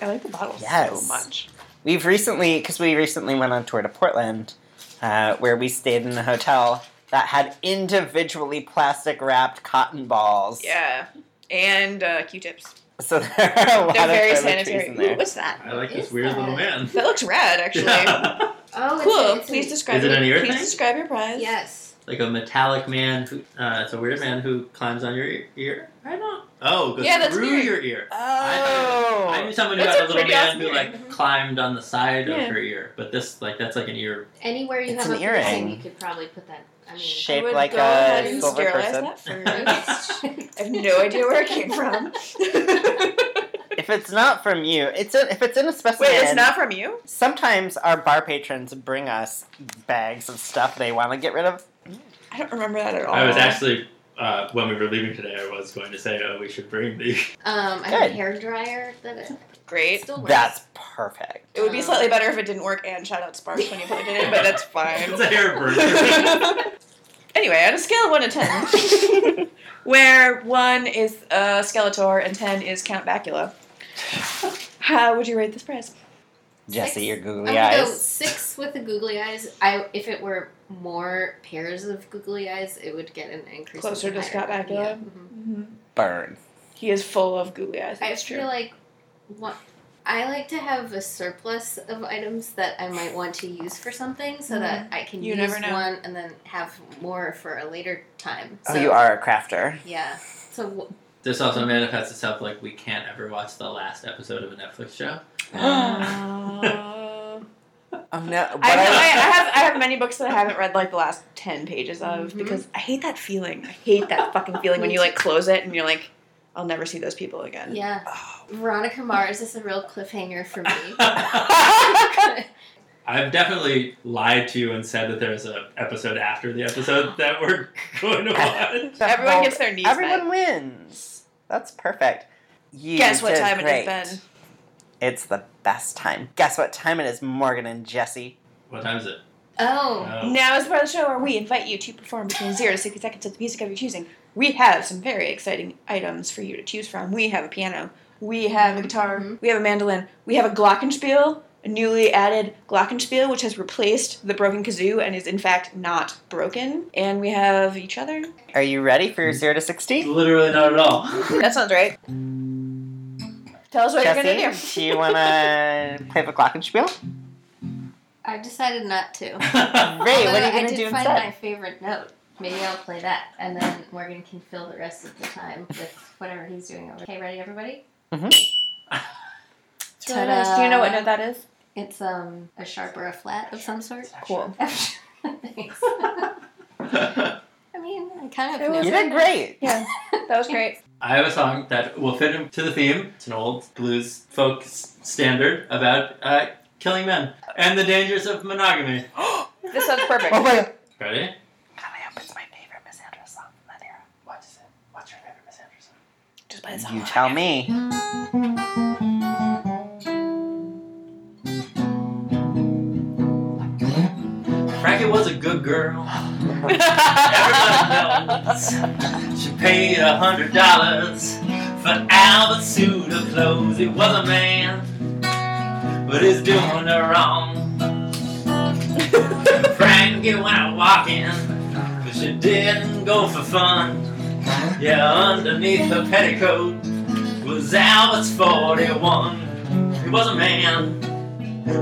Speaker 5: I like the bottle so
Speaker 3: Yes.
Speaker 5: much.
Speaker 3: We've recently, because we recently went on tour to Portland, uh, where we stayed in a hotel that had individually plastic wrapped cotton balls.
Speaker 5: Yeah. And uh, Q-tips.
Speaker 3: So *laughs* there are a lot
Speaker 5: They're very
Speaker 3: of toiletries
Speaker 5: sanitary.
Speaker 3: in
Speaker 5: Ooh,
Speaker 3: there.
Speaker 5: what's that?
Speaker 7: I like this
Speaker 6: Is
Speaker 7: weird little
Speaker 6: that-
Speaker 7: man. *laughs*
Speaker 5: That looks rad, actually.
Speaker 7: Yeah.
Speaker 6: Oh, it's a-
Speaker 5: Cool.
Speaker 6: it's a-
Speaker 5: Please describe.
Speaker 7: Is it an ear
Speaker 5: Please
Speaker 7: thing?
Speaker 5: describe your prize.
Speaker 6: Yes.
Speaker 7: Like a metallic man. Who, uh, it's a weird man who climbs on your e- ear. I don't. Oh, goes
Speaker 5: Yeah, that's
Speaker 7: through
Speaker 5: weird.
Speaker 7: your ear. I
Speaker 3: Oh.
Speaker 7: knew someone who
Speaker 5: That's
Speaker 7: had
Speaker 5: a
Speaker 7: a little
Speaker 5: pretty
Speaker 7: man
Speaker 5: awesome
Speaker 7: who
Speaker 5: earring.
Speaker 7: like climbed on the side
Speaker 5: Yeah.
Speaker 7: of her ear, but this like that's like an ear.
Speaker 6: Anywhere you
Speaker 3: It's
Speaker 6: have
Speaker 3: an
Speaker 6: a piercing,
Speaker 3: earring.
Speaker 6: you could probably put that. I mean,
Speaker 5: I
Speaker 6: *laughs*
Speaker 3: Shaped
Speaker 5: would
Speaker 3: like
Speaker 5: go
Speaker 3: a
Speaker 5: ahead and
Speaker 3: silver
Speaker 5: sterilize
Speaker 3: person.
Speaker 5: that first.
Speaker 6: okay.
Speaker 5: I have no idea where it came from.
Speaker 3: If it's not from you, it's in, if it's in a specimen.
Speaker 5: Wait, it's not from you?
Speaker 3: Sometimes our bar patrons bring us bags of stuff they want to get rid of.
Speaker 5: I don't remember that at all.
Speaker 7: I was actually uh, when we were leaving today, I was going to say, oh, we should bring the. *laughs*
Speaker 6: um, I have
Speaker 3: Good.
Speaker 6: a hair dryer that it
Speaker 5: great.
Speaker 6: still works.
Speaker 3: That's perfect.
Speaker 5: It would be slightly better if it didn't work. And shout out Sparks when you plugged it in, but that's
Speaker 7: *laughs*
Speaker 5: fine.
Speaker 7: it's a hair burner.
Speaker 5: anyway, on a scale of one to ten, where one is uh, Skeletor and ten is Count Bakula, how would you rate this prize?
Speaker 3: Jesse,
Speaker 6: Six.
Speaker 3: your
Speaker 6: I'm
Speaker 3: googly
Speaker 6: gonna go
Speaker 3: eyes.
Speaker 6: six with the googly eyes. I if it were more pairs of googly eyes, it would get an increase.
Speaker 5: Closer
Speaker 6: in the
Speaker 5: to Scott
Speaker 6: higher-
Speaker 5: Bakula?
Speaker 6: Yeah. mhm.
Speaker 3: Burn.
Speaker 5: He is full of googly eyes.
Speaker 6: I
Speaker 5: that's *gasps*
Speaker 6: feel like what I like to have a surplus of items that I might want to use for something, so that I can
Speaker 5: Mm-hmm. You
Speaker 6: use
Speaker 5: never know.
Speaker 6: one and then have more for a later time.
Speaker 3: Oh,
Speaker 6: So-
Speaker 3: you are a crafter.
Speaker 6: Yeah. So w-
Speaker 7: this also manifests itself like we can't ever watch the last episode of a Netflix show.
Speaker 5: Uh,
Speaker 3: Oh no! What
Speaker 5: I, have,
Speaker 3: I,
Speaker 5: I, I have I have many books that I haven't read like the last ten pages of
Speaker 6: Mhm.
Speaker 5: because I hate that feeling. I hate that fucking feeling when you like close it and you're like, I'll never see those people again. *laughs*
Speaker 6: yeah,
Speaker 3: Oh.
Speaker 6: Veronica Mars is a real cliffhanger
Speaker 5: *laughs*
Speaker 6: for me.
Speaker 7: *laughs* I've definitely lied to you and said that there's a episode after the episode that we're going to watch.
Speaker 5: Everyone gets their knees
Speaker 3: Everyone
Speaker 5: met.
Speaker 3: wins. That's perfect. You
Speaker 5: Guess what
Speaker 3: did
Speaker 5: time
Speaker 3: great.
Speaker 5: it has been?
Speaker 3: It's the best time. Guess what time it is, Morgan and Jesse.
Speaker 7: What time is it?
Speaker 6: oh,
Speaker 7: Oh.
Speaker 5: Now is the part of the show where we invite you to perform between zero to sixty seconds of the music of your choosing. We have some very exciting items for you to choose from. We have a piano. We have a guitar.
Speaker 6: Mhm.
Speaker 5: We have a mandolin. We have a glockenspiel, a newly added glockenspiel, which has replaced the broken kazoo and is in fact not broken. And we have each other.
Speaker 3: Are you ready for your zero to sixty?
Speaker 7: Literally not at all.
Speaker 5: That sounds right. Tell us what you're gonna do. Oh,
Speaker 3: Jesse, do you wanna
Speaker 5: *laughs*
Speaker 3: play the glockenspiel?
Speaker 6: I decided not to.
Speaker 3: Great.
Speaker 6: Although
Speaker 3: What are you
Speaker 6: I
Speaker 3: gonna
Speaker 6: did
Speaker 3: do
Speaker 6: find my
Speaker 3: instead?
Speaker 6: favorite note. Maybe I'll play that, and then Morgan can fill the rest of the time with whatever he's doing over. Okay, ready, everybody? Ta-da.
Speaker 5: Do you know what note that is?
Speaker 6: It's um a sharp or a flat of some sort.
Speaker 5: Cool.
Speaker 6: *laughs* Thanks. I mean, I kind
Speaker 5: It
Speaker 6: of.
Speaker 5: was-
Speaker 3: You
Speaker 6: knew.
Speaker 3: did great.
Speaker 5: Yeah, that was great.
Speaker 7: I have a song that will fit into the theme. It's an old blues folk s- standard about uh, killing men and the dangers of monogamy.
Speaker 3: *laughs*
Speaker 5: This sounds perfect.
Speaker 3: Oh my god!
Speaker 7: Ready?
Speaker 3: God, I hope it's my favorite Miss
Speaker 5: But it's
Speaker 3: You
Speaker 5: all
Speaker 3: tell me.
Speaker 7: Bracket was a good girl.
Speaker 5: hot.
Speaker 7: Everybody knows she paid a hundred dollars for Albert's suit of clothes. It was a man, but it's doing her wrong. Frankie went walking, but she didn't go for fun. Yeah, underneath her petticoat was Albert's 41. It was a man,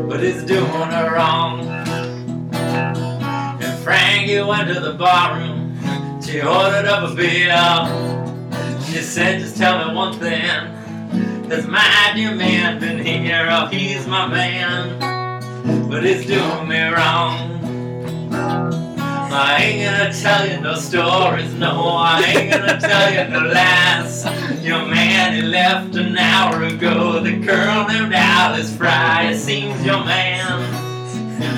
Speaker 7: but it's doing her wrong. And Frankie went to the barroom. She ordered up a beer. She said, just tell me one thing. Has my dear man been here? Oh, he's my man. But it's doing me wrong. I ain't gonna tell you no stories, no, I ain't gonna tell you no lies. Your man, he left an hour ago, the girl named Alice Fry. It seems your man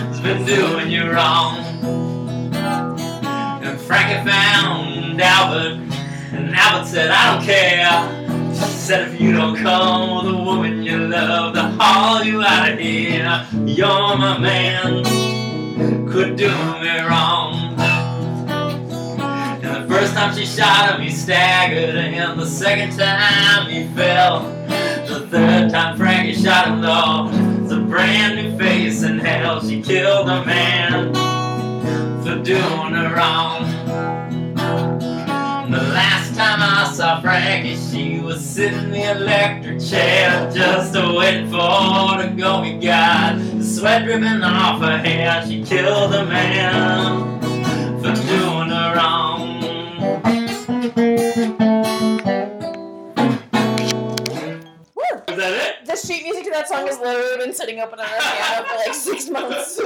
Speaker 7: has been doing you wrong. And Frankie found Albert, and Albert said, I don't care. She said, if you don't come with a woman you love, they'll haul you out of here. You're my man, could do me wrong. And the first time she shot him, he staggered, and the second time he fell. The third time Frankie shot him, though, it's a brand new face in hell. She killed a man for doing her wrong. The last time I saw Frankie, she was sitting in the electric chair, just a waiting for her to go. We got the sweat dripping off her hair. She killed a man for doing her wrong.
Speaker 5: Woo!
Speaker 7: Is that it?
Speaker 5: The sheet music to that song has literally been sitting open on our piano for like six months.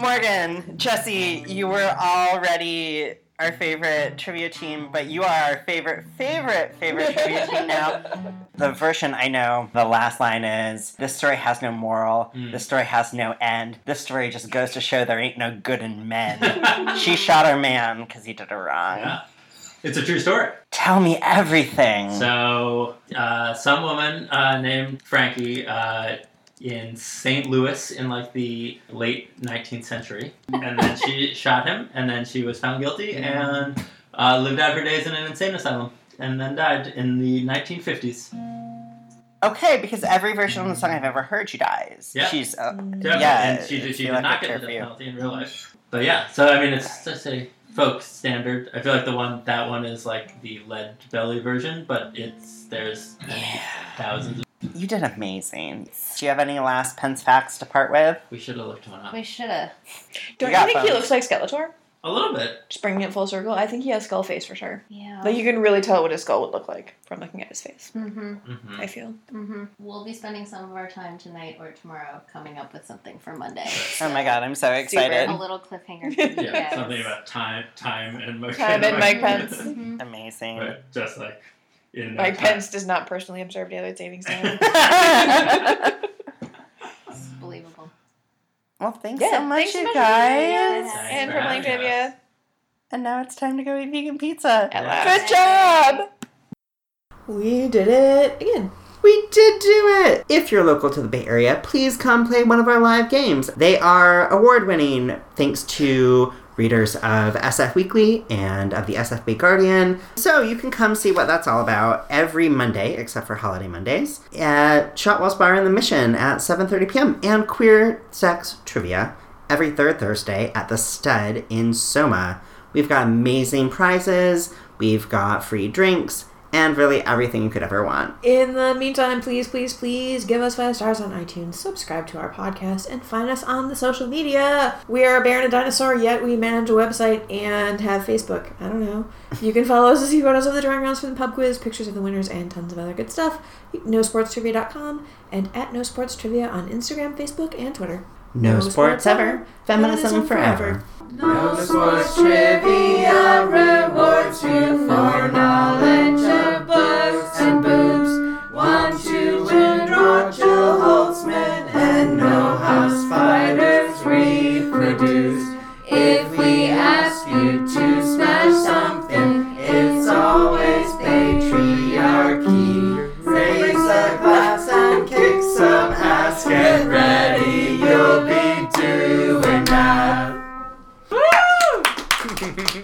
Speaker 3: Morgan, Jesse, you were already our favorite trivia team, but you are our favorite, favorite, favorite trivia team now. *laughs* The version I know, the last line is This story has no moral.
Speaker 7: Hmm.
Speaker 3: This story has no end. This story just goes to show there ain't no good in men. *laughs* she shot her man because he did her wrong.
Speaker 7: *laughs* Yeah. It's a true story.
Speaker 3: Tell me everything.
Speaker 7: So, uh, some woman uh, named Frankie uh, in St. Louis in like the late
Speaker 3: *laughs*
Speaker 7: 19th century, and then she shot him, and then she was found guilty
Speaker 3: Mm.
Speaker 7: and uh, lived out her days in an insane asylum, and then died in the 1950s.
Speaker 3: okay, because every version of the song I've ever heard, she dies.
Speaker 7: Yeah.
Speaker 3: She's. Uh,
Speaker 7: Yep,
Speaker 3: Yeah,
Speaker 7: and she did, she
Speaker 3: I feel
Speaker 7: did
Speaker 3: like
Speaker 7: not
Speaker 3: it's
Speaker 7: get
Speaker 3: fair for
Speaker 7: the death
Speaker 3: you.
Speaker 7: penalty in real life. But yeah, so I mean, it's just a folk standard. I feel like the one that one is like the lead belly version, but it's there's thousands. Of,
Speaker 3: you did amazing. Do you have any last Pence facts to part with?
Speaker 7: we should have looked one up
Speaker 6: We should have.
Speaker 5: Don't you
Speaker 3: got
Speaker 5: think he
Speaker 3: fun.
Speaker 5: looks like Skeletor?
Speaker 7: a little bit.
Speaker 5: Just bringing it full circle. I think he has skull face for sure.
Speaker 6: Yeah.
Speaker 5: Like you can really tell what his skull would look like from looking at his face.
Speaker 6: Mm-hmm,
Speaker 7: hmm
Speaker 5: I feel.
Speaker 6: mm-hmm. We'll be spending some of our time tonight or tomorrow coming up with something for
Speaker 7: *laughs*
Speaker 6: Monday.
Speaker 3: Oh my god, I'm so excited.
Speaker 6: A little cliffhanger. for you
Speaker 7: Yeah,
Speaker 6: guys.
Speaker 7: something about time, time, and Mike.
Speaker 5: Time and Mike Pence.
Speaker 6: Mhm.
Speaker 3: Amazing.
Speaker 7: But just like in
Speaker 5: Mike
Speaker 7: their
Speaker 5: Pence does not personally observe daylight savings *laughs* time.
Speaker 7: *laughs*
Speaker 6: It's believable.
Speaker 3: *laughs* well, thanks
Speaker 5: Yeah,
Speaker 3: so much,
Speaker 5: thanks so
Speaker 3: you
Speaker 5: much,
Speaker 3: guys.
Speaker 6: Yes.
Speaker 5: and
Speaker 7: for
Speaker 5: for playing
Speaker 7: having
Speaker 5: trivia.
Speaker 3: And now it's time to go eat vegan pizza.
Speaker 5: At
Speaker 3: Good
Speaker 5: last.
Speaker 3: job.
Speaker 4: We did it again.
Speaker 9: We did do it! If you're local to the Bay Area, please come play one of our live games. They are award winning thanks to readers of SF Weekly and of the SF Bay Guardian. So you can come see what that's all about every Monday, except for holiday Mondays, at Shotwell's Bar in the Mission at 7.30 p.m. and Queer Sex Trivia every third Thursday at the Stud in Soma. We've got amazing prizes, we've got free drinks, and really everything you could ever want.
Speaker 4: In the meantime, please, please, please give us five stars on iTunes, subscribe to our podcast, and find us on the social media. We are a bear and a dinosaur, yet we manage a website and have Facebook. I don't know. You can follow us to see photos of the drawing rounds for the pub quiz, pictures of the winners, and tons of other good stuff. NoSportsTrivia.com and at NoSportsTrivia on Instagram, Facebook, and Twitter.
Speaker 9: No sports ever. Feminism forever.
Speaker 2: No sports trivia rewards you for knowledge of books and boobs. One, two, and Roger Holtzman, and know how spiders reproduce. If we ask you to smash something, it's always.
Speaker 9: *laughs*